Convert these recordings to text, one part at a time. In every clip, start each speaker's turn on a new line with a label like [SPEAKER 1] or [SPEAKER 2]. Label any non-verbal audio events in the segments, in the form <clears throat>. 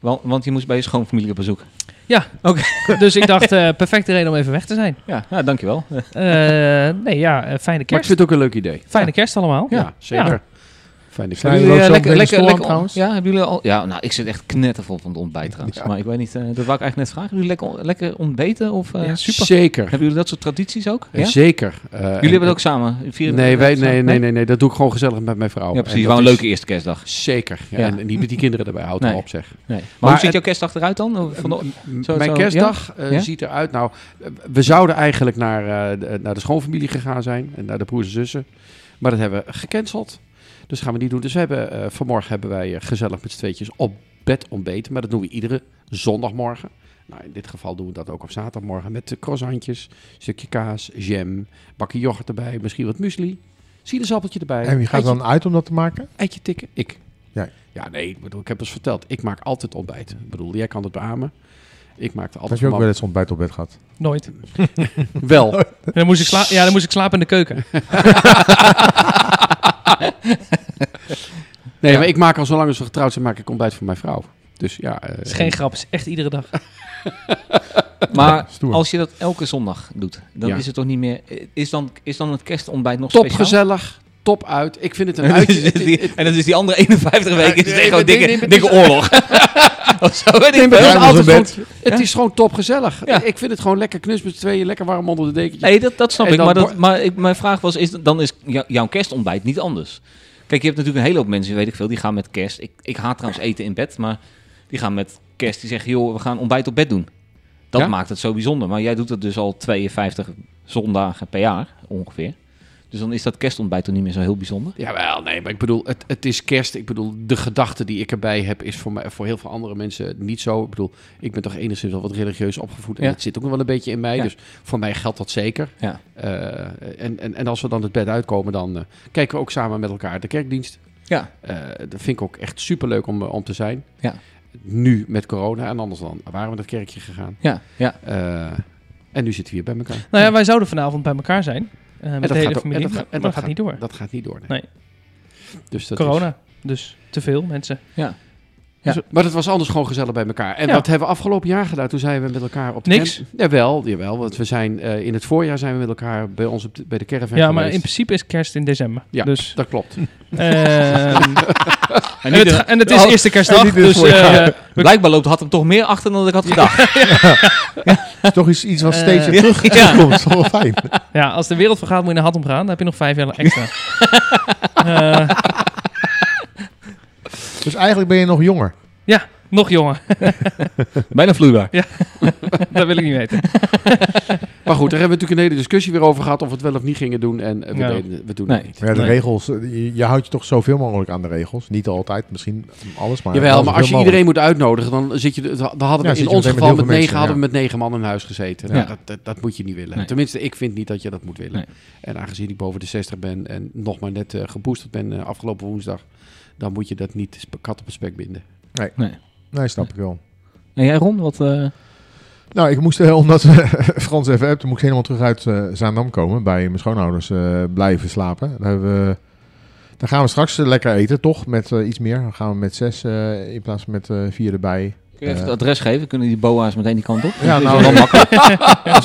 [SPEAKER 1] Want, want je moest bij je schoonfamilie op bezoek.
[SPEAKER 2] Ja,
[SPEAKER 3] <laughs>
[SPEAKER 1] Oké.
[SPEAKER 2] dus ik dacht, eh, perfecte reden om even weg te zijn.
[SPEAKER 1] Ja, nou, dankjewel. Eh,
[SPEAKER 2] Eh, nee, ja, eh, fijne
[SPEAKER 3] Maar ik
[SPEAKER 2] kerst.
[SPEAKER 3] vind het ook een leuk idee.
[SPEAKER 2] Fijne kerst allemaal.
[SPEAKER 3] Ja, zeker.
[SPEAKER 2] Ja.
[SPEAKER 3] Fijn ik
[SPEAKER 4] Zijn jullie, eh, lekker- lekker-
[SPEAKER 1] lekker-
[SPEAKER 4] trouwens?
[SPEAKER 1] Ja, hebben jullie al... Ja, nou, ik zit echt knettervol van het ontbijt trouwens.
[SPEAKER 4] Ja.
[SPEAKER 1] Maar ik weet niet, eh, dat wou ik eigenlijk net vragen. Hebben jullie lekker, lekker ontbeten of... eh,
[SPEAKER 3] Super. Zeker.
[SPEAKER 1] Hebben jullie dat soort tradities ook? Ja?
[SPEAKER 3] Zeker. Eh, en-
[SPEAKER 1] Jullie hebben het ook samen? vieren
[SPEAKER 3] Nee,
[SPEAKER 1] het
[SPEAKER 3] wij,
[SPEAKER 1] ook samen?
[SPEAKER 3] nee, nee, nee, nee, dat doe ik gewoon gezellig met mijn vrouw.
[SPEAKER 1] Ja,
[SPEAKER 3] En
[SPEAKER 1] precies.
[SPEAKER 3] dat
[SPEAKER 1] Wel een
[SPEAKER 3] is-
[SPEAKER 1] leuke eerste kerstdag.
[SPEAKER 3] Zeker. Ja,
[SPEAKER 1] Ja.
[SPEAKER 3] En niet met die kinderen erbij, houd
[SPEAKER 1] Nee.
[SPEAKER 3] maar op zeg.
[SPEAKER 1] Nee. Maar, hoe
[SPEAKER 3] Maar
[SPEAKER 1] ziet
[SPEAKER 3] het-
[SPEAKER 1] jouw kerstdag eruit dan? Of Van de-
[SPEAKER 3] <laughs> M-
[SPEAKER 1] zo-
[SPEAKER 3] mijn
[SPEAKER 1] zo-
[SPEAKER 3] kerstdag eh,
[SPEAKER 1] Ja?
[SPEAKER 3] ziet eruit. Nou, eh, we zouden eigenlijk naar, eh, de- naar de schoonfamilie gegaan zijn. En naar de broers en zussen. Maar dat hebben we gecanceld. Dus gaan we niet doen. Dus we hebben, eh, vanmorgen hebben wij eh, gezellig met z'n tweetjes op bed ontbeten. Maar dat doen we iedere zondagmorgen. Nou, in dit geval doen we dat ook op zaterdagmorgen. Met eh, croissantjes, stukje kaas, jam, bakje yoghurt erbij. Misschien wat muesli. Sinaasappeltje erbij.
[SPEAKER 4] En wie gaat
[SPEAKER 3] eitje
[SPEAKER 4] dan uit om dat te maken?
[SPEAKER 3] Eitje tikken? Ik.
[SPEAKER 4] Jij.
[SPEAKER 3] Ja, nee, ik, bedoel, ik heb eens verteld. Ik maak altijd ontbijt. Ik bedoel, jij kan het beamen. Ik maak er
[SPEAKER 4] Had
[SPEAKER 3] altijd
[SPEAKER 4] je ook
[SPEAKER 3] voor
[SPEAKER 4] wel eens ontbijt op bed gehad?
[SPEAKER 2] Nooit.
[SPEAKER 3] mam.
[SPEAKER 4] <laughs>
[SPEAKER 3] wel.
[SPEAKER 2] En dan moest ik sla- ja, dan moest ik slapen in de
[SPEAKER 3] <laughs>
[SPEAKER 2] keuken.
[SPEAKER 3] <laughs> Nee, maar ik maak al zolang als we getrouwd zijn, maak ik ontbijt voor mijn vrouw. Dus ja. eh,
[SPEAKER 2] Het is geen grap, het is echt iedere dag.
[SPEAKER 1] Maar
[SPEAKER 4] Stoer.
[SPEAKER 1] als je dat elke zondag doet, dan
[SPEAKER 3] Ja.
[SPEAKER 1] is het toch niet meer... Is dan, is dan het kerstontbijt nog
[SPEAKER 3] top
[SPEAKER 1] speciaal?
[SPEAKER 3] gezellig, top uit. Ik vind
[SPEAKER 1] <laughs>
[SPEAKER 3] het een
[SPEAKER 1] En dat
[SPEAKER 3] uitje.
[SPEAKER 1] is-
[SPEAKER 3] Het- het-
[SPEAKER 1] die- en dat is die andere 51 weken. Is
[SPEAKER 3] Nee,
[SPEAKER 1] het echt gewoon
[SPEAKER 3] nee,
[SPEAKER 1] dikke,
[SPEAKER 3] nee, nee,
[SPEAKER 1] dikke
[SPEAKER 3] nee.
[SPEAKER 1] oorlog. <laughs> of zo, weet ik
[SPEAKER 3] het is
[SPEAKER 1] veel.
[SPEAKER 4] maar- Ruim als
[SPEAKER 3] altijd
[SPEAKER 4] een bed.
[SPEAKER 3] gewoon- het is gewoon top gezellig.
[SPEAKER 1] Ja.
[SPEAKER 3] Ik vind het gewoon lekker knus met z'n tweeën, lekker warm onder de dekentje.
[SPEAKER 1] Nee, dat, dat snap
[SPEAKER 3] En
[SPEAKER 1] ik.
[SPEAKER 3] dan
[SPEAKER 1] Maar,
[SPEAKER 3] bo-
[SPEAKER 1] dat, maar ik, mijn vraag was, is, dan is jou- jouw kerstontbijt niet anders. Kijk, je hebt natuurlijk een hele hoop mensen, weet ik veel, die gaan met kerst. Ik, ik haat trouwens eten in bed, maar die gaan met kerst. Die zeggen, joh, we gaan ontbijt op bed doen. Dat
[SPEAKER 3] Ja?
[SPEAKER 1] maakt het zo bijzonder. Maar jij doet dat dus al 52 zondagen per jaar, ongeveer. Dus dan is dat kerstontbijt toch niet meer zo heel bijzonder.
[SPEAKER 3] Jawel, nee, maar ik bedoel, het, het is kerst. Ik bedoel, de gedachte die ik erbij heb is voor, mij, voor heel veel andere mensen niet zo. Ik bedoel, ik ben toch enigszins wel wat religieus opgevoed. En
[SPEAKER 1] Ja.
[SPEAKER 3] dat zit ook nog wel een beetje in mij.
[SPEAKER 1] Ja.
[SPEAKER 3] Dus voor mij geldt dat zeker.
[SPEAKER 1] Ja.
[SPEAKER 3] Eh, en, en, en als we dan het bed uitkomen, dan eh, kijken we ook samen met elkaar de kerkdienst.
[SPEAKER 1] Ja.
[SPEAKER 3] Eh, dat vind ik ook echt superleuk om, eh, om te zijn.
[SPEAKER 1] Ja.
[SPEAKER 3] Nu met corona en anders dan waren we naar het kerkje gegaan.
[SPEAKER 1] Ja, ja.
[SPEAKER 3] Eh, en nu zitten we hier bij elkaar.
[SPEAKER 2] Nou ja, wij zouden vanavond bij elkaar zijn. eh, met
[SPEAKER 3] dat
[SPEAKER 2] de hele
[SPEAKER 3] gaat ook-
[SPEAKER 2] familie.
[SPEAKER 3] en dat
[SPEAKER 2] maar
[SPEAKER 3] gaat- en
[SPEAKER 2] maar
[SPEAKER 3] dat
[SPEAKER 2] gaat niet door.
[SPEAKER 3] Dat gaat niet door. Nee.
[SPEAKER 2] Nee.
[SPEAKER 3] Dus dat is-
[SPEAKER 2] Corona. Dus te veel mensen.
[SPEAKER 3] Maar dat was anders gewoon gezellig bij elkaar. En
[SPEAKER 2] Ja.
[SPEAKER 3] wat hebben we afgelopen jaar gedaan? Toen zijn we met elkaar op de
[SPEAKER 2] Niks.
[SPEAKER 3] camp- Jawel, jawel. Want we zijn eh, in het voorjaar zijn we met elkaar bij ons op de- bij de caravan
[SPEAKER 2] Ja, maar in
[SPEAKER 3] geweest.
[SPEAKER 2] principe is kerst in december.
[SPEAKER 3] Ja. <laughs>
[SPEAKER 2] Dus,
[SPEAKER 3] dat klopt.
[SPEAKER 2] ehm, en,
[SPEAKER 1] En
[SPEAKER 2] het, ga- en het is
[SPEAKER 1] Oh,
[SPEAKER 2] eerste kerstdag.
[SPEAKER 4] niet dit
[SPEAKER 2] Dus,
[SPEAKER 4] voorjaar.
[SPEAKER 2] eh, we-
[SPEAKER 1] Blijkbaar loopt had hem toch meer achter dan ik had gedacht.
[SPEAKER 4] Is toch iets, iets wat
[SPEAKER 2] Eh,
[SPEAKER 4] steeds
[SPEAKER 1] ja.
[SPEAKER 4] weer terug
[SPEAKER 1] Ja.
[SPEAKER 4] terugkomt. <laughs> Dat is wel fijn.
[SPEAKER 2] ja, als de wereld vergaat moet je naar Hattem gaan. Dan heb je nog vijf
[SPEAKER 3] <laughs>
[SPEAKER 2] jaar extra. Eh,
[SPEAKER 4] Dus eigenlijk ben je nog jonger.
[SPEAKER 2] ja, nog jonger. <laughs>
[SPEAKER 1] Bijna vloeibaar.
[SPEAKER 2] dat wil ik niet weten.
[SPEAKER 3] Maar goed, daar hebben we natuurlijk een hele discussie weer over gehad of we het wel of niet gingen doen. En eh, we,
[SPEAKER 2] Ja.
[SPEAKER 3] deden, we doen
[SPEAKER 1] Nee.
[SPEAKER 3] het niet.
[SPEAKER 4] Maar ja, de
[SPEAKER 2] Nee.
[SPEAKER 4] regels, eh, je, je houdt je toch zoveel mogelijk aan de regels. Niet altijd, misschien alles, maar... wel
[SPEAKER 3] Jawel, maar als je
[SPEAKER 4] zoveel
[SPEAKER 3] iedereen moet uitnodigen, dan zit je. Dan hadden we
[SPEAKER 4] Ja, zit
[SPEAKER 3] in
[SPEAKER 4] je
[SPEAKER 3] ons
[SPEAKER 4] meteen met
[SPEAKER 3] geval
[SPEAKER 4] heel
[SPEAKER 3] met
[SPEAKER 4] veel
[SPEAKER 3] negen
[SPEAKER 4] mensen,
[SPEAKER 3] hadden we
[SPEAKER 4] ja.
[SPEAKER 3] met negen man in huis gezeten. Nou,
[SPEAKER 1] Ja.
[SPEAKER 3] dat, dat, dat moet je niet willen.
[SPEAKER 1] Nee.
[SPEAKER 3] Tenminste, ik vind niet dat je dat moet willen.
[SPEAKER 1] Nee.
[SPEAKER 3] En aangezien ik boven de 60 ben en nog maar net eh geboosterd ben eh, afgelopen woensdag, dan moet je dat niet sp- kat op het spek binden.
[SPEAKER 4] mogelijk. Nee, snap ik wel.
[SPEAKER 1] En jij Ron, wat... eh,
[SPEAKER 4] Nou, ik moest, eh, omdat eh, <laughs> Frans even hebt, moest ik helemaal terug uit eh, Zaandam komen. Bij mijn schoonouders eh, blijven slapen. Daar, hebben we, daar gaan we straks eh, lekker eten, toch? Met eh, iets meer. Dan gaan we met zes eh, in plaats van met eh, vier erbij.
[SPEAKER 1] Kun je even
[SPEAKER 4] Eh.
[SPEAKER 1] het adres geven? Kunnen die boa's meteen die kant op?
[SPEAKER 4] Ja,
[SPEAKER 1] Dat is
[SPEAKER 4] nou, <laughs>
[SPEAKER 1] wel makkelijk.
[SPEAKER 4] Ze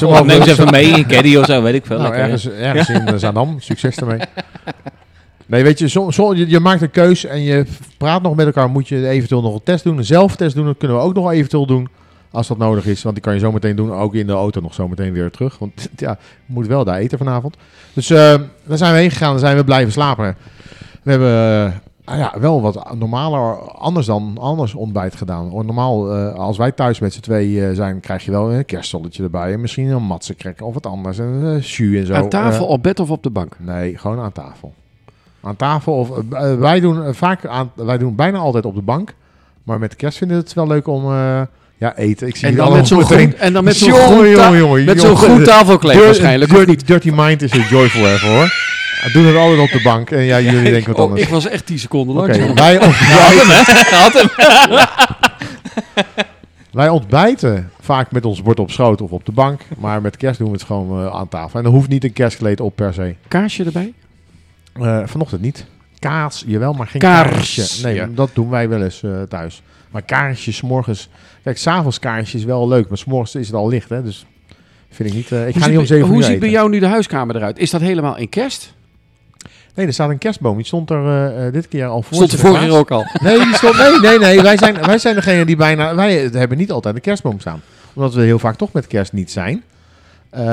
[SPEAKER 1] Of
[SPEAKER 4] mogen
[SPEAKER 1] neem
[SPEAKER 4] ook
[SPEAKER 1] ze
[SPEAKER 4] zo-
[SPEAKER 1] even <laughs> mee, een caddy of zo, weet ik veel.
[SPEAKER 4] Nou,
[SPEAKER 1] Lekker,
[SPEAKER 4] ergens, ergens in eh, Zaandam.
[SPEAKER 1] <laughs>
[SPEAKER 4] Succes daarmee. Nee, weet je, som- som- je, je maakt een keus en je praat nog met elkaar. Moet je eventueel nog een test doen, een zelftest doen. Dat kunnen we ook nog eventueel doen, als dat nodig is. Want die kan je zo meteen doen, ook in de auto nog zo meteen weer terug. Want <laughs> ja, je moet wel daar eten vanavond. Dus eh, daar zijn we heen gegaan, daar zijn we blijven slapen. We hebben eh, ah ja, wel wat normaler, anders dan anders ontbijt gedaan. Hoor, Normaal, eh, als wij thuis met z'n twee eh, zijn, krijg je wel een kerstsolletje erbij. En misschien een matsenkrek of wat anders. En eh jus en zo.
[SPEAKER 3] Aan tafel,
[SPEAKER 4] Eh,
[SPEAKER 3] op bed of op de bank?
[SPEAKER 4] Nee, gewoon aan tafel. Aan tafel of eh, b- eh, wij doen eh, vaak aan, wij doen bijna altijd op de bank. Maar met kerst vinden ze het wel leuk om eh, ja, eten. Ik zie
[SPEAKER 3] En
[SPEAKER 4] hier
[SPEAKER 3] dan
[SPEAKER 4] allemaal
[SPEAKER 3] met zo'n
[SPEAKER 4] meteen-
[SPEAKER 3] groen, en dan met zo'n
[SPEAKER 4] Jongen,
[SPEAKER 3] groen ta-
[SPEAKER 4] jongen, jongen,
[SPEAKER 3] met zo'n
[SPEAKER 4] jongen.
[SPEAKER 3] groen tafelkleed
[SPEAKER 4] Dirty-
[SPEAKER 3] waarschijnlijk. of
[SPEAKER 4] Dirty,
[SPEAKER 3] niet?
[SPEAKER 4] Dirty Mind is een joyful even hoor. We doen het altijd op de bank. En ja, jullie denken wat
[SPEAKER 3] Oh,
[SPEAKER 4] anders.
[SPEAKER 3] ik was echt 10 seconden
[SPEAKER 4] Oké,
[SPEAKER 3] lang.
[SPEAKER 4] wij,
[SPEAKER 1] Had
[SPEAKER 4] ontbijten,
[SPEAKER 1] hem, hè? Had hem.
[SPEAKER 3] <laughs>
[SPEAKER 4] <laughs> wij ontbijten vaak met ons bord op schoot of op de bank. Maar met kerst doen we het gewoon eh, aan tafel. En er hoeft niet een kerstkleed op per se.
[SPEAKER 3] Kaarsje erbij?
[SPEAKER 4] Eh, vanochtend niet. Kaas, jawel, maar geen
[SPEAKER 3] Kaars,
[SPEAKER 4] kaarsje. Nee,
[SPEAKER 3] ja.
[SPEAKER 4] dat doen wij wel eens eh, thuis. Maar kaarsjes, morgens... Kijk, s'avonds kaarsje is wel leuk. Maar s'morgens is het al licht, hè. Dus vind ik niet... eh, ik
[SPEAKER 3] Hoe
[SPEAKER 4] ga
[SPEAKER 3] ziet-
[SPEAKER 4] niet om zeven uur
[SPEAKER 3] Hoe ziet bij
[SPEAKER 4] eten.
[SPEAKER 3] jou nu de huiskamer eruit? Is dat helemaal in kerst?
[SPEAKER 4] Nee, er staat een kerstboom. Die stond er eh, eh, dit keer al voor.
[SPEAKER 3] Stond er vorige
[SPEAKER 4] Sinterklaas.
[SPEAKER 3] keer ook al.
[SPEAKER 4] Nee, die stond, nee, nee, nee. Wij zijn, wij zijn degene die bijna... Wij eh, hebben niet altijd een kerstboom staan. Omdat we heel vaak toch met kerst niet zijn. Eh,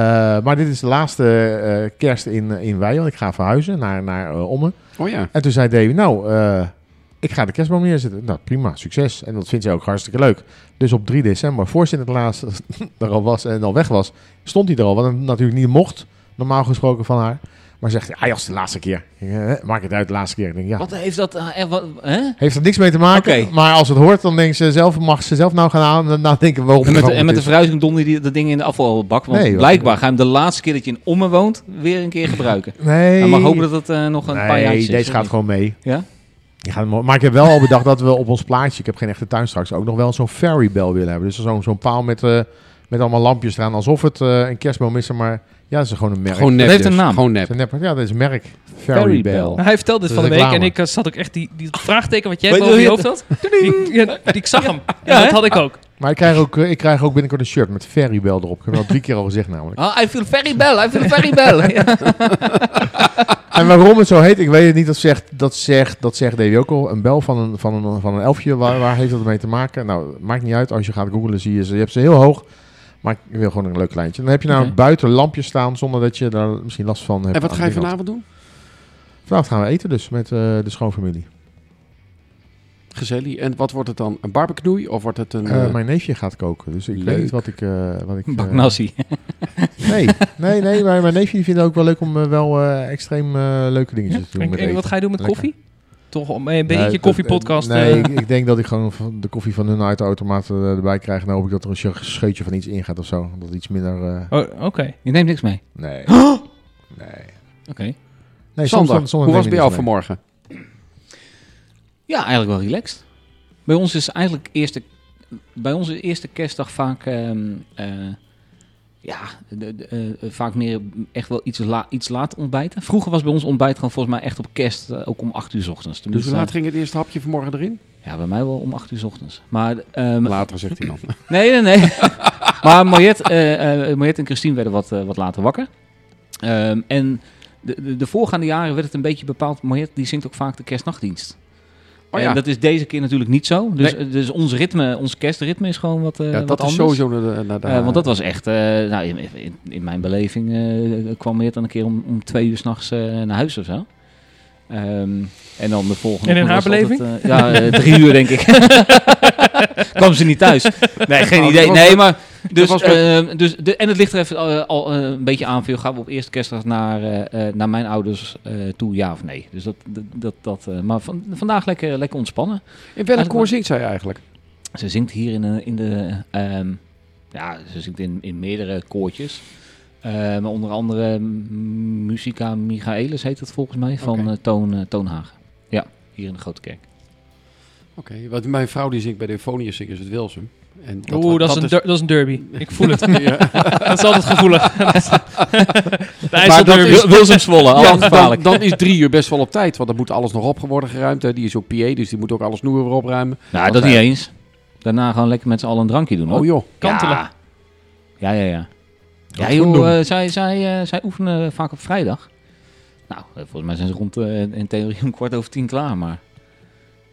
[SPEAKER 4] maar dit is de laatste eh, kerst in, in Weijen. Want ik ga verhuizen naar, naar eh, Ommen.
[SPEAKER 3] Oh ja.
[SPEAKER 4] En toen zei Davy, nou, eh, ik ga de kerstboom neerzetten. Nou, prima, succes. En dat vindt zij ook hartstikke leuk. Dus op 3 december, voor Sinterklaas <laughs> er al was en al weg was, stond hij er al. Wat hem natuurlijk niet mocht, normaal gesproken van haar. Maar zegt hij, ah, als de laatste keer. Ik, eh, maak het uit de laatste keer. Ik denk, ja,
[SPEAKER 1] Wat heeft dat... eh, eh, wat, hè?
[SPEAKER 4] heeft er niks mee te maken.
[SPEAKER 1] Oké.
[SPEAKER 4] Maar als het hoort, dan denkt ze zelf, mag ze zelf nou gaan aan en nadenken waarom het
[SPEAKER 1] En met, de-
[SPEAKER 4] veranderd
[SPEAKER 1] en met de
[SPEAKER 4] is.
[SPEAKER 1] verhuizing donder die dat ding in de afvalbak. Want
[SPEAKER 4] Nee, joh.
[SPEAKER 1] blijkbaar ga je hem de laatste keer dat je in Ommen woont weer een keer gebruiken.
[SPEAKER 4] Nee.
[SPEAKER 1] Hij mag hopen dat het eh, nog een paar jaar
[SPEAKER 4] nee,
[SPEAKER 1] is.
[SPEAKER 4] deze gaat gewoon mee.
[SPEAKER 1] Ja?
[SPEAKER 4] Je gaat hem wel- maar ik heb wel al bedacht dat we op ons plaatje, ik heb geen echte tuin straks, ook nog wel zo'n fairy bell willen hebben. Dus zo'n zo'n paal met, eh, met allemaal lampjes eraan, alsof het eh, een kerstboom is, maar ja, dat is gewoon een merk.
[SPEAKER 3] Gewoon nep
[SPEAKER 1] heeft
[SPEAKER 3] dus.
[SPEAKER 1] een naam.
[SPEAKER 3] Gewoon nep.
[SPEAKER 4] Dat is een nep- ja, dat is een merk. Fairy,
[SPEAKER 1] Fairy
[SPEAKER 4] bell.
[SPEAKER 1] bell.
[SPEAKER 2] Nou, hij vertelde dit
[SPEAKER 4] Dat
[SPEAKER 2] van de
[SPEAKER 4] is
[SPEAKER 2] week en
[SPEAKER 4] reclame.
[SPEAKER 2] ik eh, zat ook echt die, die vraagteken wat jij
[SPEAKER 1] Weet
[SPEAKER 2] boven
[SPEAKER 1] je
[SPEAKER 2] je
[SPEAKER 1] hoe
[SPEAKER 2] hoofd had. Die, ja, die zag hem. En dat
[SPEAKER 1] hè?
[SPEAKER 2] had ik ook.
[SPEAKER 4] Maar ik krijg, ook, eh, ik krijg ook binnenkort een shirt met fairy bell erop. Ik heb dat drie keer al gezegd namelijk.
[SPEAKER 1] Ah, I feel very bell, I feel very bell. Ja.
[SPEAKER 4] En waarom het zo heet, ik weet het niet. Dat zegt, dat zegt, dat zegt Davy ook al. Een bel van een, van een, van een elfje, waar, waar heeft dat mee te maken? Nou, maakt niet uit. Als je gaat googlen zie je ze. Je hebt ze heel hoog. Maar ik wil gewoon een leuk lijntje. Dan heb je nou
[SPEAKER 1] Oké.
[SPEAKER 4] buiten lampjes staan zonder dat je daar misschien last van hebt.
[SPEAKER 3] En wat
[SPEAKER 4] aan
[SPEAKER 3] ga je
[SPEAKER 4] de binnenkant.
[SPEAKER 3] vanavond doen?
[SPEAKER 4] Vanavond gaan we eten dus met eh, de schoonfamilie.
[SPEAKER 3] Gezellig. En wat wordt het dan? Een barbecue of wordt het een...
[SPEAKER 4] Eh,
[SPEAKER 3] eh,
[SPEAKER 4] mijn neefje gaat koken, dus ik
[SPEAKER 3] Leuk.
[SPEAKER 4] weet niet wat ik... eh, wat ik eh,
[SPEAKER 1] Bak nasi.
[SPEAKER 4] nee, nee, nee, maar mijn neefje die vindt het ook wel leuk om eh, wel eh, extreem eh, leuke dingetjes te doen
[SPEAKER 2] En,
[SPEAKER 4] met
[SPEAKER 2] en
[SPEAKER 4] eten.
[SPEAKER 2] wat ga je doen met
[SPEAKER 4] Lekker.
[SPEAKER 2] koffie? Toch om eh, een
[SPEAKER 4] Nee,
[SPEAKER 2] beetje
[SPEAKER 4] dat-
[SPEAKER 2] koffiepodcast.
[SPEAKER 4] Nee,
[SPEAKER 2] eh,
[SPEAKER 4] ik, ik denk dat ik gewoon van de koffie van hun uit de automaat eh, erbij krijg. En dan hoop ik dat er een sche- scheutje van iets ingaat of zo. Dat het iets minder... eh,
[SPEAKER 2] oh, Oké.
[SPEAKER 1] <laughs> Je neemt niks
[SPEAKER 2] <gasps>
[SPEAKER 1] mee.
[SPEAKER 4] nee. Nee.
[SPEAKER 1] Oké.
[SPEAKER 4] Nee,
[SPEAKER 3] Sander,
[SPEAKER 4] dan-
[SPEAKER 3] hoe was
[SPEAKER 4] neem je
[SPEAKER 3] het bij jou
[SPEAKER 4] niks mee.
[SPEAKER 3] vanmorgen?
[SPEAKER 1] Ja, eigenlijk wel relaxed. Bij ons is eigenlijk eerste, bij onze eerste kerstdag vaak, ehm, eh, ja, de- de- eh, vaak meer echt wel iets, la, iets laat ontbijten. Vroeger was bij ons ontbijt gewoon volgens mij echt op kerst, eh, ook om 8 uur 's ochtends. Toen
[SPEAKER 3] Dus hoe
[SPEAKER 1] moest-
[SPEAKER 4] eh,
[SPEAKER 3] laat ging het eerste hapje vanmorgen
[SPEAKER 4] <laughs>
[SPEAKER 3] erin?
[SPEAKER 1] Ja, bij mij wel om 8 uur 's ochtends. Maar, ehm,
[SPEAKER 3] Later,
[SPEAKER 4] <laughs>
[SPEAKER 3] zegt hij dan.
[SPEAKER 1] nee, nee, nee. <laughs> maar Mariette, eh, eh, Mariette en Christine werden wat, eh, wat later wakker. Ehm, en de, de, de voorgaande jaren werd het een beetje bepaald. Mariette die zingt ook vaak de kerstnachtdienst.
[SPEAKER 3] Oh ja,
[SPEAKER 1] En
[SPEAKER 3] dat,
[SPEAKER 1] dat is deze keer natuurlijk niet zo. Dus, dus ons ritme, ons kerstritme is gewoon wat, eh,
[SPEAKER 3] ja,
[SPEAKER 1] wat
[SPEAKER 3] dat is
[SPEAKER 1] anders.
[SPEAKER 3] sowieso naar de... Naar de
[SPEAKER 1] Eh, want dat was echt, eh, nou, in, in, in mijn beleving eh, kwam Meert dan een keer om, om twee uur s'nachts eh naar huis of zo. Ehm, en dan de volgende.
[SPEAKER 2] En in
[SPEAKER 1] keer
[SPEAKER 2] haar
[SPEAKER 1] was het
[SPEAKER 2] beleving?
[SPEAKER 1] altijd, eh, ja, eh, drie uur
[SPEAKER 2] <laughs>
[SPEAKER 1] denk ik. kwam ze niet thuis. Nee, geen
[SPEAKER 3] Nou,
[SPEAKER 1] idee.
[SPEAKER 3] dat was-
[SPEAKER 1] Nee, maar. Dus,
[SPEAKER 3] was met-
[SPEAKER 1] ehm, dus de, en het ligt er even eh, al eh, een beetje aan. Veel gaan we op eerste kerstdag naar, eh, eh, naar mijn ouders eh, toe, ja of nee. Dus dat, dat, dat, dat, eh, maar van, vandaag lekker, lekker ontspannen.
[SPEAKER 3] In welk koor zingt zij eigenlijk?
[SPEAKER 1] Ze zingt hier in, de- in de. ehm, ja, ze zingt in, in meerdere koortjes. Eh, maar onder andere mm, Musica Michaelis heet dat volgens mij, van
[SPEAKER 3] Oké.
[SPEAKER 1] eh, Toon, eh, Toon Hagen. Ja, hier in de Grote Kerk.
[SPEAKER 3] Oké, want mijn vrouw die zingt bij de Euphonius zingers het Wilsum. En
[SPEAKER 2] Oeh, dat, is een der- dat is een derby. Ik voel het.
[SPEAKER 3] <laughs>
[SPEAKER 1] <laughs>
[SPEAKER 2] dat is altijd gevoelig. dat is de
[SPEAKER 3] Maar dat
[SPEAKER 2] IJsselderby.
[SPEAKER 3] is-
[SPEAKER 1] Wilsum Zwolle,
[SPEAKER 3] Ja, dan, dan is drie uur best wel op tijd, want dan moet alles nog op worden geruimd. Hè. Die is ook PA, dus die moet ook alles snoeren weer opruimen.
[SPEAKER 1] Nou, dat niet eens. Daarna gewoon lekker met z'n allen een drankje doen. Hoor.
[SPEAKER 3] Oh joh.
[SPEAKER 2] Kantelen.
[SPEAKER 1] Ja, ja, ja. ja. Ja,
[SPEAKER 4] Gaat goed
[SPEAKER 1] joh,
[SPEAKER 4] doen.
[SPEAKER 1] eh, zij, zij, eh, zij oefenen vaak op vrijdag. Nou, eh, volgens mij zijn ze rond eh, in theorie om kwart over tien klaar, maar...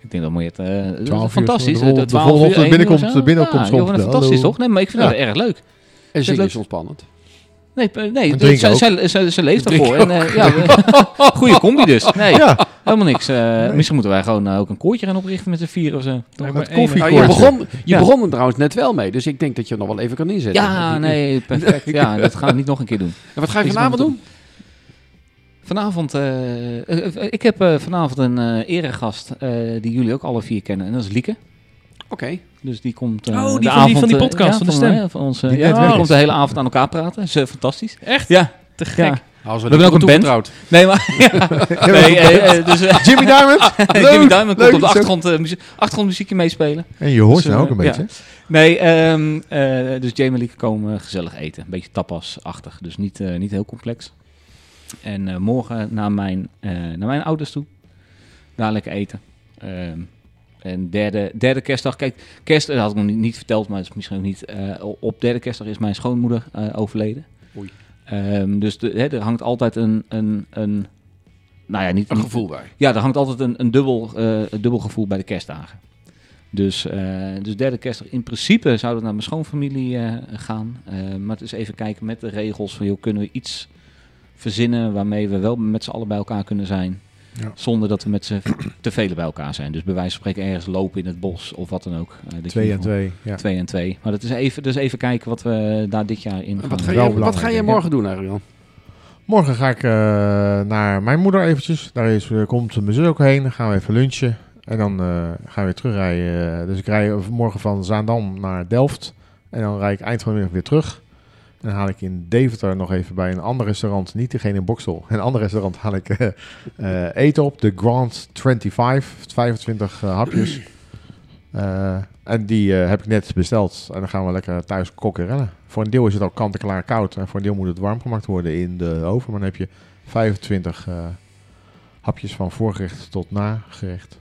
[SPEAKER 1] Ik denk dat moet je het... eh, dat is
[SPEAKER 4] 12 uur,
[SPEAKER 1] fantastisch.
[SPEAKER 4] de vol-
[SPEAKER 1] eh,
[SPEAKER 4] de
[SPEAKER 1] 12
[SPEAKER 4] volgende
[SPEAKER 1] uur,
[SPEAKER 4] ochtend
[SPEAKER 1] 1 uur
[SPEAKER 4] binnenkomt-
[SPEAKER 1] of zo.
[SPEAKER 4] binnenkomt
[SPEAKER 1] Ja,
[SPEAKER 4] soms
[SPEAKER 1] joh, wat
[SPEAKER 4] wel.
[SPEAKER 1] fantastisch,
[SPEAKER 4] Hallo.
[SPEAKER 1] toch? Nee, maar ik vind
[SPEAKER 4] Ja.
[SPEAKER 1] dat erg leuk.
[SPEAKER 3] En zingen
[SPEAKER 1] leuk.
[SPEAKER 3] is ontspannend.
[SPEAKER 1] Nee, eh, nee
[SPEAKER 4] En
[SPEAKER 1] dat-
[SPEAKER 4] drinken
[SPEAKER 1] zij,
[SPEAKER 4] ook.
[SPEAKER 1] zij, zij- zij leeft
[SPEAKER 3] Drinken
[SPEAKER 1] ervoor. En, eh,
[SPEAKER 4] <laughs>
[SPEAKER 1] ja, we- goede combi dus. Nee,
[SPEAKER 4] Ja,
[SPEAKER 1] helemaal niks. eh, Misschien moeten wij gewoon eh, ook een koortje gaan oprichten met z'n vier of zo.
[SPEAKER 2] Lijkt me
[SPEAKER 4] met
[SPEAKER 2] enig.
[SPEAKER 4] koffie.
[SPEAKER 3] Nou, je begon, je
[SPEAKER 1] Ja.
[SPEAKER 3] begon er trouwens net wel mee, dus ik denk dat je hem nog wel even kan inzetten.
[SPEAKER 1] Ja, nee, perfect.
[SPEAKER 4] <laughs>
[SPEAKER 1] Ja, dat gaan we niet nog een keer doen.
[SPEAKER 3] En wat ga je
[SPEAKER 1] Iets
[SPEAKER 3] vanavond
[SPEAKER 1] moet
[SPEAKER 3] doen?
[SPEAKER 1] Vanavond, eh, eh, eh, ik heb eh, vanavond een eh eregast eh, die jullie ook alle vier kennen. En dat is Lieke.
[SPEAKER 3] Oké.
[SPEAKER 4] Nou,
[SPEAKER 1] Dus die komt eh,
[SPEAKER 2] Oh, die van
[SPEAKER 1] de
[SPEAKER 2] die-
[SPEAKER 1] avond,
[SPEAKER 2] van die
[SPEAKER 1] eh,
[SPEAKER 2] podcast, van de
[SPEAKER 1] eh,
[SPEAKER 2] stem.
[SPEAKER 1] van ons,
[SPEAKER 4] Die
[SPEAKER 1] eh, ja, die
[SPEAKER 4] netwerkers.
[SPEAKER 1] komt de hele avond aan elkaar praten. Dat is eh, fantastisch.
[SPEAKER 2] Oh, Echt?
[SPEAKER 1] Ja.
[SPEAKER 2] Te gek.
[SPEAKER 1] ja.
[SPEAKER 3] Nou, we
[SPEAKER 1] hebben ook een band. Nee, maar...
[SPEAKER 4] <laughs> Ja,
[SPEAKER 1] Nee,
[SPEAKER 4] maar-
[SPEAKER 1] eh, eh, dus, eh,
[SPEAKER 4] Jimmy
[SPEAKER 1] <laughs>
[SPEAKER 4] Diamond.
[SPEAKER 1] Jimmy Diamond
[SPEAKER 4] leuk,
[SPEAKER 1] komt op de
[SPEAKER 4] zo.
[SPEAKER 1] achtergrond, eh, muzie- achtergrondmuziekje meespelen.
[SPEAKER 4] En je hoort
[SPEAKER 1] Dus,
[SPEAKER 4] ze nou ook een
[SPEAKER 1] eh,
[SPEAKER 4] beetje.
[SPEAKER 1] Nee, ehm, eh, dus Jamie en Lieke komen eh, gezellig eten. Een beetje tapasachtig, dus niet, eh, niet heel complex. En eh, morgen naar mijn, eh, naar mijn ouders toe. Daar lekker eten. Ehm, en derde, derde kerstdag, kijk, kerst, dat had ik nog niet, niet verteld, maar dat is misschien ook niet. eh, op derde kerstdag is mijn schoonmoeder eh, overleden.
[SPEAKER 3] Oei.
[SPEAKER 1] Ehm, dus de, hè, er hangt altijd een, een, een, nou ja, niet,
[SPEAKER 3] Een
[SPEAKER 1] niet-
[SPEAKER 3] gevoel bij.
[SPEAKER 1] ja, er hangt altijd een, een, dubbel, eh, een dubbel gevoel bij de kerstdagen. Dus, eh, dus derde kerstdag, in principe zou dat naar mijn schoonfamilie eh, gaan. Eh, maar het is even kijken met de regels van, joh, kunnen we iets verzinnen waarmee we wel met z'n allen bij elkaar kunnen zijn.
[SPEAKER 4] Ja.
[SPEAKER 1] Zonder dat we met z'n <clears throat> te velen bij elkaar zijn. Dus bij wijze van spreken ergens lopen in het bos of wat dan ook. Eh, dat je in
[SPEAKER 4] Twee
[SPEAKER 1] ieder
[SPEAKER 4] en
[SPEAKER 1] geval-
[SPEAKER 4] twee. Ja.
[SPEAKER 1] Twee en twee. Maar dat is even, dus even kijken wat we daar dit jaar in
[SPEAKER 3] En
[SPEAKER 1] gaan.
[SPEAKER 3] Wat ga,
[SPEAKER 4] Wel
[SPEAKER 3] je, wat
[SPEAKER 4] belangrijk,
[SPEAKER 3] ga je
[SPEAKER 4] denk ik.
[SPEAKER 3] morgen doen, Ariel?
[SPEAKER 4] Morgen ga ik eh, naar mijn moeder eventjes. Daar is, eh, komt mijn zus ook heen. Dan gaan we even lunchen. En dan eh, gaan we weer terugrijden. eh. dus ik rij morgen van Zaandam naar Delft. En dan rijd ik eind van de middag weer terug. En dan haal ik in Deventer nog even bij een ander restaurant. Niet degene in Boksel. Een ander restaurant haal ik eh, eh, eten op. De Grand 25. 25 eh, hapjes. Eh, en die eh, heb ik net besteld. En dan gaan we lekker thuis kokken rennen. Voor een deel is het al kant-en-klaar koud. En voor een deel moet het warm gemaakt worden in de oven. Maar dan heb je 25 eh, hapjes van voorgerecht tot nagerecht.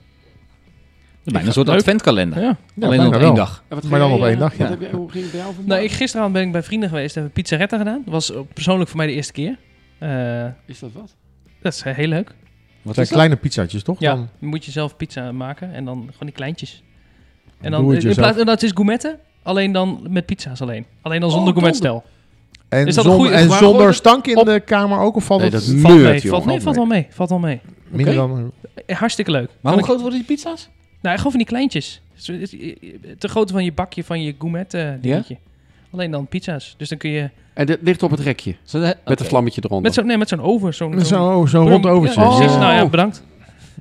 [SPEAKER 1] Bijna een soort
[SPEAKER 2] Leuk.
[SPEAKER 1] adventkalender.
[SPEAKER 2] Ja.
[SPEAKER 4] Ja,
[SPEAKER 1] Alleen
[SPEAKER 4] bijna
[SPEAKER 1] op één
[SPEAKER 4] wel.
[SPEAKER 1] dag.
[SPEAKER 3] En wat
[SPEAKER 4] Maar dan
[SPEAKER 3] jij,
[SPEAKER 4] op één
[SPEAKER 3] eh,
[SPEAKER 4] dag,
[SPEAKER 3] wat
[SPEAKER 1] ja.
[SPEAKER 3] heb jij- hoe ging het bij jou vanmorgen?
[SPEAKER 2] Nou, ik, gisteravond ben ik bij vrienden geweest en hebben pizzaretta gedaan. Dat was eh, persoonlijk voor mij de eerste keer. Eh,
[SPEAKER 3] Is dat wat?
[SPEAKER 2] dat is eh, heel leuk.
[SPEAKER 1] Wat
[SPEAKER 4] Het zijn
[SPEAKER 1] is dat?
[SPEAKER 4] kleine pizzaatjes, toch?
[SPEAKER 2] Ja,
[SPEAKER 4] Dan,
[SPEAKER 2] dan moet je zelf pizza maken en dan gewoon die kleintjes.
[SPEAKER 4] Doe
[SPEAKER 2] En dan,
[SPEAKER 4] het
[SPEAKER 2] in
[SPEAKER 4] jezelf.
[SPEAKER 2] plaats, nou, het is gourmetten, alleen dan met pizza's alleen. Alleen dan zonder
[SPEAKER 3] Oh,
[SPEAKER 2] gourmetstel.
[SPEAKER 4] en
[SPEAKER 2] Is dat een
[SPEAKER 4] zon-
[SPEAKER 2] goeie-
[SPEAKER 4] en
[SPEAKER 2] maar
[SPEAKER 4] zonder
[SPEAKER 2] gewoon-
[SPEAKER 4] stank in
[SPEAKER 2] op-
[SPEAKER 4] de kamer ook? Of valt
[SPEAKER 3] Nee,
[SPEAKER 4] het
[SPEAKER 3] dat
[SPEAKER 2] Valt mee,
[SPEAKER 3] Meurt, joh.
[SPEAKER 2] valt, nee, valt wel mee, valt wel mee.
[SPEAKER 4] minder dan...
[SPEAKER 2] Eh, Hartstikke leuk.
[SPEAKER 1] Maar
[SPEAKER 2] Kan
[SPEAKER 1] hoe
[SPEAKER 2] ik-
[SPEAKER 1] groot worden die pizza's?
[SPEAKER 2] Nou, gewoon van die kleintjes. Zo- het- Te groot van je bakje van je gourmet eh, dingetje. Alleen dan pizza's. Dus dan kun je
[SPEAKER 3] En dit ligt op het rekje, met een vlammetje eronder.
[SPEAKER 2] met zo'n nee, met zo'n over, zo'n
[SPEAKER 4] Met
[SPEAKER 2] zo'n-
[SPEAKER 4] zo'n oh, zo'n rond overtje.
[SPEAKER 2] Ja, precies.
[SPEAKER 3] Oh.
[SPEAKER 2] Nou ja, bedankt.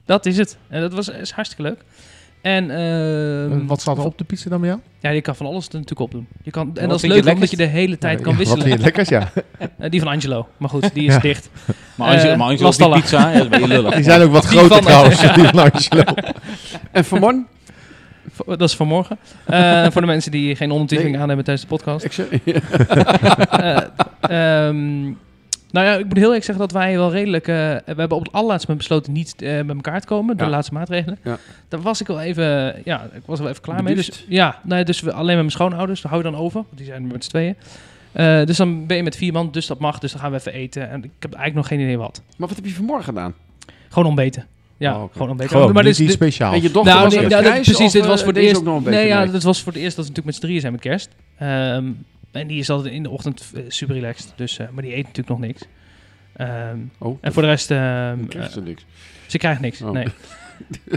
[SPEAKER 2] Dat is het. En dat was is hartstikke leuk. En ehm,
[SPEAKER 4] En Wat staat er op de pizza dan bij jou?
[SPEAKER 2] Ja, je kan van alles er natuurlijk op doen. Je kan, en
[SPEAKER 1] wat
[SPEAKER 2] dat is
[SPEAKER 1] vind je
[SPEAKER 2] leuk
[SPEAKER 1] het
[SPEAKER 2] omdat je de hele tijd
[SPEAKER 4] Ja,
[SPEAKER 2] kan
[SPEAKER 4] ja, Wat
[SPEAKER 2] wisselen.
[SPEAKER 4] vind je lekkers,
[SPEAKER 2] <laughs>
[SPEAKER 4] ja.
[SPEAKER 2] Eh, die van Angelo. Maar goed,
[SPEAKER 4] <laughs>
[SPEAKER 2] die is
[SPEAKER 4] Ja.
[SPEAKER 2] dicht.
[SPEAKER 1] Maar Angelo,
[SPEAKER 2] Eh,
[SPEAKER 1] maar Angelo op die
[SPEAKER 2] Lastalla.
[SPEAKER 1] pizza, hè, dat ben je lullig.
[SPEAKER 3] <laughs>
[SPEAKER 4] Die zijn ook wat
[SPEAKER 1] Die
[SPEAKER 4] groter
[SPEAKER 1] van-
[SPEAKER 4] trouwens. Die van Angelo.
[SPEAKER 3] En
[SPEAKER 1] <laughs>
[SPEAKER 3] vanmorgen?
[SPEAKER 2] V- Dat is vanmorgen.
[SPEAKER 3] <laughs>
[SPEAKER 2] Eh, voor de mensen die geen ondertiteling
[SPEAKER 3] Nee.
[SPEAKER 2] aan hebben tijdens de podcast.
[SPEAKER 3] <laughs> Ik zeg- ja.
[SPEAKER 2] Eh, ehm, nou ja, ik moet heel eerlijk zeggen dat wij wel redelijk... eh, we hebben op het allerlaatste moment besloten niet eh bij elkaar te komen. De
[SPEAKER 3] Ja.
[SPEAKER 2] laatste maatregelen.
[SPEAKER 3] Ja.
[SPEAKER 2] Daar was ik wel even... Ja, ik was er wel even klaar mee. Dus,
[SPEAKER 3] Beduust.
[SPEAKER 2] ja, nou ja, dus we, alleen met mijn schoonouders. Daar hou je dan over. Want die zijn met z'n tweeën. Eh, dus dan ben je met vier man. Dus dat mag. Dus dan gaan we even eten. En ik heb eigenlijk nog geen idee wat.
[SPEAKER 3] Maar wat heb je vanmorgen gedaan?
[SPEAKER 2] Gewoon ontbeten. Ja,
[SPEAKER 3] Oh, oké.
[SPEAKER 2] gewoon ontbeten.
[SPEAKER 4] Gewoon,
[SPEAKER 2] maar dus
[SPEAKER 4] maar
[SPEAKER 2] dit
[SPEAKER 4] niet
[SPEAKER 2] is
[SPEAKER 4] iets speciaals.
[SPEAKER 3] En je dochter
[SPEAKER 2] nou,
[SPEAKER 3] was
[SPEAKER 2] nee,
[SPEAKER 3] aan het
[SPEAKER 2] nou, dat-
[SPEAKER 3] reizen,
[SPEAKER 2] precies.
[SPEAKER 3] of,
[SPEAKER 2] Dit was
[SPEAKER 3] eh,
[SPEAKER 2] voor het
[SPEAKER 3] deze
[SPEAKER 2] eerst.
[SPEAKER 3] ook nog een beetje
[SPEAKER 2] nee, ja,
[SPEAKER 3] mee?
[SPEAKER 2] dat was voor het eerst dat we natuurlijk met z'n drieën zijn met kerst. Ehm, en die is altijd in de ochtend eh, super relaxed. Dus, eh, maar die eet natuurlijk nog niks. Ehm,
[SPEAKER 3] Oh,
[SPEAKER 2] en voor de rest, ehm,
[SPEAKER 3] dan krijgt ze niks.
[SPEAKER 2] eh, ze krijgt niks.
[SPEAKER 3] Oh. <laughs>
[SPEAKER 2] Nee.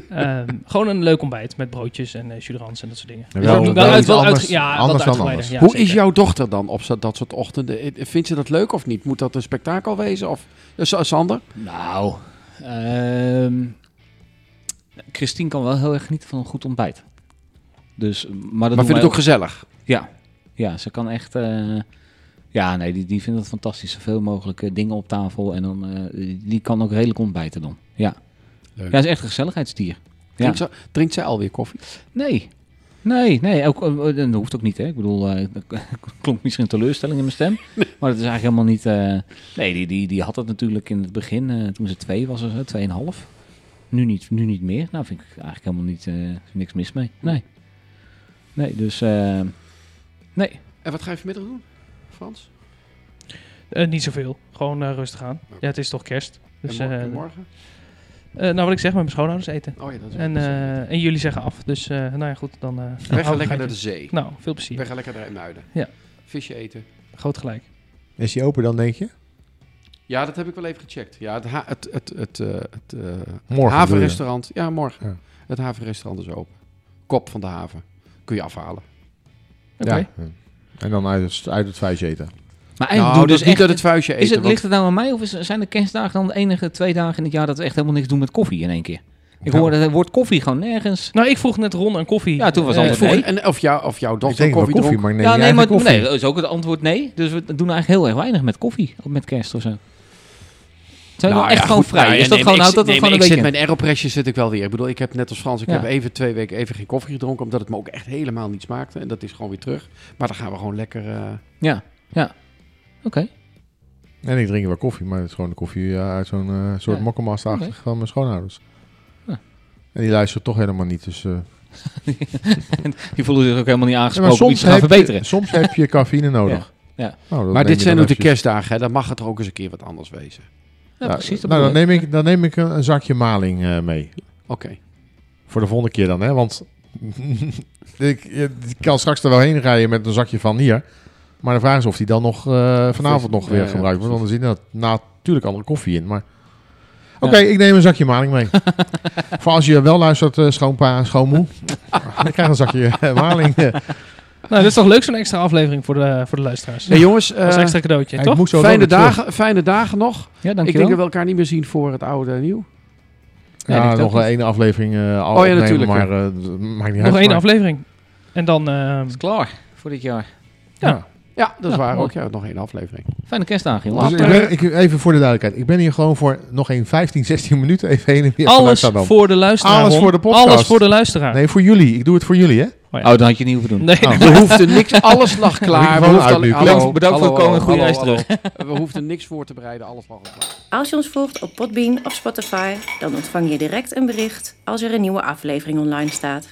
[SPEAKER 2] Ehm, gewoon een leuk ontbijt met broodjes en eh jus en dat soort dingen.
[SPEAKER 4] Ja,
[SPEAKER 2] Dus
[SPEAKER 4] wel-
[SPEAKER 2] wel
[SPEAKER 4] wel
[SPEAKER 2] uit-
[SPEAKER 4] iets
[SPEAKER 2] wel
[SPEAKER 4] anders-
[SPEAKER 2] uit- ja, wat
[SPEAKER 4] anders dan
[SPEAKER 2] uitgebreider.
[SPEAKER 4] anders.
[SPEAKER 2] Ja,
[SPEAKER 3] Hoe is
[SPEAKER 2] zeker.
[SPEAKER 3] jouw dochter dan op zo- dat soort ochtenden? Eh, Vindt ze dat leuk of niet? Moet dat een spektakel wezen? Of Eh, Sa- Sander?
[SPEAKER 1] Nou, ehm, Christine kan wel heel erg genieten van een goed ontbijt. Dus, maar dat doen
[SPEAKER 3] Maar vindt
[SPEAKER 1] wij
[SPEAKER 3] het ook gezellig?
[SPEAKER 1] Ja, ja ze kan echt... eh, ja, nee, die, die vindt het fantastisch. Zoveel mogelijk eh, dingen op tafel. En dan, eh, die kan ook redelijk ontbijten dan. Ja.
[SPEAKER 3] Leuk.
[SPEAKER 1] Ja, is echt een gezelligheidsdier. Ja.
[SPEAKER 3] Drinkt, ze, drinkt zij alweer koffie?
[SPEAKER 1] Nee. Nee, nee, ook, eh, dat hoeft ook niet. Hè. Ik bedoel, eh, <laughs> er klonk misschien een teleurstelling in mijn
[SPEAKER 3] <laughs>
[SPEAKER 1] stem. Maar dat is eigenlijk helemaal niet... eh, nee, die, die, die had het natuurlijk in het begin, eh, toen ze twee was, of zo, tweeënhalf. Nu niet, nu niet meer. Nou, vind ik eigenlijk helemaal niet, eh, niks mis mee. Nee. Nee, dus... eh, nee.
[SPEAKER 3] En wat ga je vanmiddag doen, Frans?
[SPEAKER 2] Eh, niet zoveel. Gewoon eh, rustig aan. Ja, het is toch kerst. Dus,
[SPEAKER 3] en mor-
[SPEAKER 2] eh,
[SPEAKER 3] en morgen?
[SPEAKER 2] eh, nou, wat ik zeg, met mijn schoonouders eten.
[SPEAKER 3] Oh ja, dat is
[SPEAKER 2] En, eh, en jullie zeggen af. Dus eh, nou ja, goed. Dan, eh,
[SPEAKER 3] Wij gaan
[SPEAKER 2] houden
[SPEAKER 3] lekker
[SPEAKER 2] we
[SPEAKER 3] naar
[SPEAKER 2] het.
[SPEAKER 3] de zee.
[SPEAKER 2] Nou, veel plezier.
[SPEAKER 3] Wij gaan lekker naar Muiden.
[SPEAKER 2] Ja.
[SPEAKER 3] Visje eten.
[SPEAKER 2] Groot gelijk.
[SPEAKER 4] Is die open dan, denk je?
[SPEAKER 3] Ja, dat heb ik wel even gecheckt. Ja, het, ha- het, het, het, eh, het, eh,
[SPEAKER 4] Morgen.
[SPEAKER 3] havenrestaurant. Ja, morgen.
[SPEAKER 4] Ja.
[SPEAKER 3] Het havenrestaurant is open. Kop van de haven. Kun je afhalen.
[SPEAKER 2] Oké.
[SPEAKER 4] En dan uit het, uit het vuist eten.
[SPEAKER 1] Maar
[SPEAKER 3] nou,
[SPEAKER 1] eigenlijk
[SPEAKER 3] dat
[SPEAKER 1] doen we dus
[SPEAKER 3] is niet
[SPEAKER 1] echt...
[SPEAKER 3] uit het vuistje eten.
[SPEAKER 1] is het,
[SPEAKER 3] want-
[SPEAKER 1] ligt het nou aan mij of is, zijn de kerstdagen dan de enige twee dagen in het jaar dat we echt helemaal niks doen met koffie in één keer? Ik
[SPEAKER 4] Ja.
[SPEAKER 1] hoorde het woord koffie gewoon nergens.
[SPEAKER 2] Nou, ik vroeg net Ron aan koffie.
[SPEAKER 1] Ja, toen was
[SPEAKER 2] Eh,
[SPEAKER 3] Ik
[SPEAKER 1] antwoord
[SPEAKER 3] vroeg-
[SPEAKER 1] nee.
[SPEAKER 3] en of, jou, of jouw
[SPEAKER 4] Ik
[SPEAKER 3] dochter
[SPEAKER 4] denk wel
[SPEAKER 3] koffie,
[SPEAKER 4] koffie,
[SPEAKER 3] dronk.
[SPEAKER 4] maar nee,
[SPEAKER 1] ja,
[SPEAKER 4] jij
[SPEAKER 1] nee,
[SPEAKER 4] geen
[SPEAKER 1] maar
[SPEAKER 4] koffie.
[SPEAKER 1] nee, dat is ook het antwoord nee. Dus we doen eigenlijk heel erg weinig met koffie. Ook met kerst of zo. Zijn we
[SPEAKER 3] Nou
[SPEAKER 1] wel echt
[SPEAKER 3] ja,
[SPEAKER 1] gewoon
[SPEAKER 3] goed,
[SPEAKER 1] vrij?
[SPEAKER 3] nou ja,
[SPEAKER 1] is dat
[SPEAKER 3] nee,
[SPEAKER 1] gewoon,
[SPEAKER 3] maar
[SPEAKER 1] houdt dat
[SPEAKER 3] ik,
[SPEAKER 1] het gewoon een
[SPEAKER 3] nee, maar ik
[SPEAKER 1] beetje?
[SPEAKER 3] zit Mijn aeropressje zit ik wel weer. Ik bedoel, ik heb net als Frans, ik
[SPEAKER 1] Ja.
[SPEAKER 3] heb even twee weken even geen koffie gedronken, omdat het me ook echt helemaal niet smaakte. En dat is gewoon weer terug. Maar dan gaan we gewoon lekker. eh,
[SPEAKER 1] Ja, ja. Oké.
[SPEAKER 4] En ik drink wel koffie, maar het is gewoon de koffie ja, uit zo'n eh, soort
[SPEAKER 1] Ja.
[SPEAKER 4] mokkenmastachtig
[SPEAKER 1] Oké.
[SPEAKER 4] van mijn schoonouders.
[SPEAKER 1] Ja.
[SPEAKER 4] En die luisteren toch helemaal niet. Dus, eh,
[SPEAKER 1] Die voelen zich ook helemaal niet
[SPEAKER 4] ja,
[SPEAKER 1] aangesproken om iets te gaan
[SPEAKER 4] heb
[SPEAKER 1] verbeteren.
[SPEAKER 4] je, soms heb je cafeïne nodig.
[SPEAKER 1] <laughs> ja.
[SPEAKER 4] Nou, dat
[SPEAKER 3] maar
[SPEAKER 4] neem
[SPEAKER 3] dit
[SPEAKER 4] je
[SPEAKER 3] zijn
[SPEAKER 4] dan
[SPEAKER 3] ook de
[SPEAKER 4] eventjes.
[SPEAKER 3] kerstdagen, hè? dan mag het er ook eens een keer wat anders wezen.
[SPEAKER 1] Ja,
[SPEAKER 4] Ja,
[SPEAKER 1] precies. dat
[SPEAKER 4] Nou, dan
[SPEAKER 1] bedoel
[SPEAKER 4] neem ik, dan neem ik een, een zakje maling eh, mee.
[SPEAKER 3] Oké.
[SPEAKER 4] Voor de volgende keer dan, hè? Want <laughs> ik, ik kan straks er wel heen rijden met een zakje van hier. Maar de vraag is of die dan nog eh, vanavond nog
[SPEAKER 3] Ja,
[SPEAKER 4] weer
[SPEAKER 3] ja,
[SPEAKER 4] gebruikt wordt. Want dan zit er na- natuurlijk andere koffie in. Maar oké,
[SPEAKER 1] Ja.
[SPEAKER 4] ik neem een zakje maling
[SPEAKER 3] <laughs>
[SPEAKER 4] mee. Voor als je wel luistert, eh, schoonpa, schoonmoe. <laughs> dan krijg je een zakje eh, maling. eh.
[SPEAKER 2] Nou, dat is toch leuk zo'n extra aflevering voor de, voor de luisteraars.
[SPEAKER 3] Hey, jongens,
[SPEAKER 2] Als
[SPEAKER 3] eh,
[SPEAKER 2] extra cadeautje,
[SPEAKER 4] Ja, ik
[SPEAKER 2] toch?
[SPEAKER 4] moet zo
[SPEAKER 3] fijne,
[SPEAKER 4] door naar
[SPEAKER 3] dagen, fijne dagen nog.
[SPEAKER 1] ik. Ja,
[SPEAKER 3] Ik denk
[SPEAKER 1] dankjewel.
[SPEAKER 3] dat we elkaar niet meer zien voor het oude en nieuw.
[SPEAKER 4] terug.
[SPEAKER 1] Nee,
[SPEAKER 4] Ja,
[SPEAKER 1] dat
[SPEAKER 4] nog
[SPEAKER 1] ook
[SPEAKER 4] wel één aflevering eh al
[SPEAKER 3] Oh ja,
[SPEAKER 4] opnemen,
[SPEAKER 3] natuurlijk.
[SPEAKER 4] Maar eh, dat maakt niet uit.
[SPEAKER 2] Nog één
[SPEAKER 4] maar-
[SPEAKER 2] aflevering. En dan... eh,
[SPEAKER 1] Het is klaar voor dit jaar.
[SPEAKER 4] Ja.
[SPEAKER 3] Ja, dat is
[SPEAKER 1] Ja,
[SPEAKER 3] waar
[SPEAKER 1] mooi.
[SPEAKER 3] ook. Ja, nog één aflevering.
[SPEAKER 1] Fijne kerstdagen, jongens.
[SPEAKER 4] Dus ik ben, ik, even voor de duidelijkheid. Ik ben hier gewoon voor nog geen 15, 16 minuten. Even heen en weer. vanuit
[SPEAKER 2] alles
[SPEAKER 4] Amsterdam.
[SPEAKER 2] voor de luisteraar.
[SPEAKER 4] Alles
[SPEAKER 2] Ron.
[SPEAKER 4] voor de podcast.
[SPEAKER 2] Alles voor de luisteraar.
[SPEAKER 4] Nee, voor jullie. Ik doe het voor jullie, hè?
[SPEAKER 2] Oh, ja.
[SPEAKER 1] Oh, dat had je niet hoeven doen.
[SPEAKER 2] Nee.
[SPEAKER 4] Oh.
[SPEAKER 3] <laughs> We hoefden niks, alles lag klaar. We
[SPEAKER 4] Microfoon
[SPEAKER 3] hoefden
[SPEAKER 4] uit
[SPEAKER 3] al-
[SPEAKER 4] nu.
[SPEAKER 3] hallo,
[SPEAKER 1] Bedankt- bedankt voor het
[SPEAKER 3] hallo,
[SPEAKER 1] komen. Goede
[SPEAKER 3] hallo,
[SPEAKER 1] reis
[SPEAKER 3] hallo. <laughs> We hoefden niks voor te bereiden, alles lag al klaar.
[SPEAKER 5] Als je ons volgt op Podbean of Spotify, dan ontvang je direct een bericht als er een nieuwe aflevering online staat.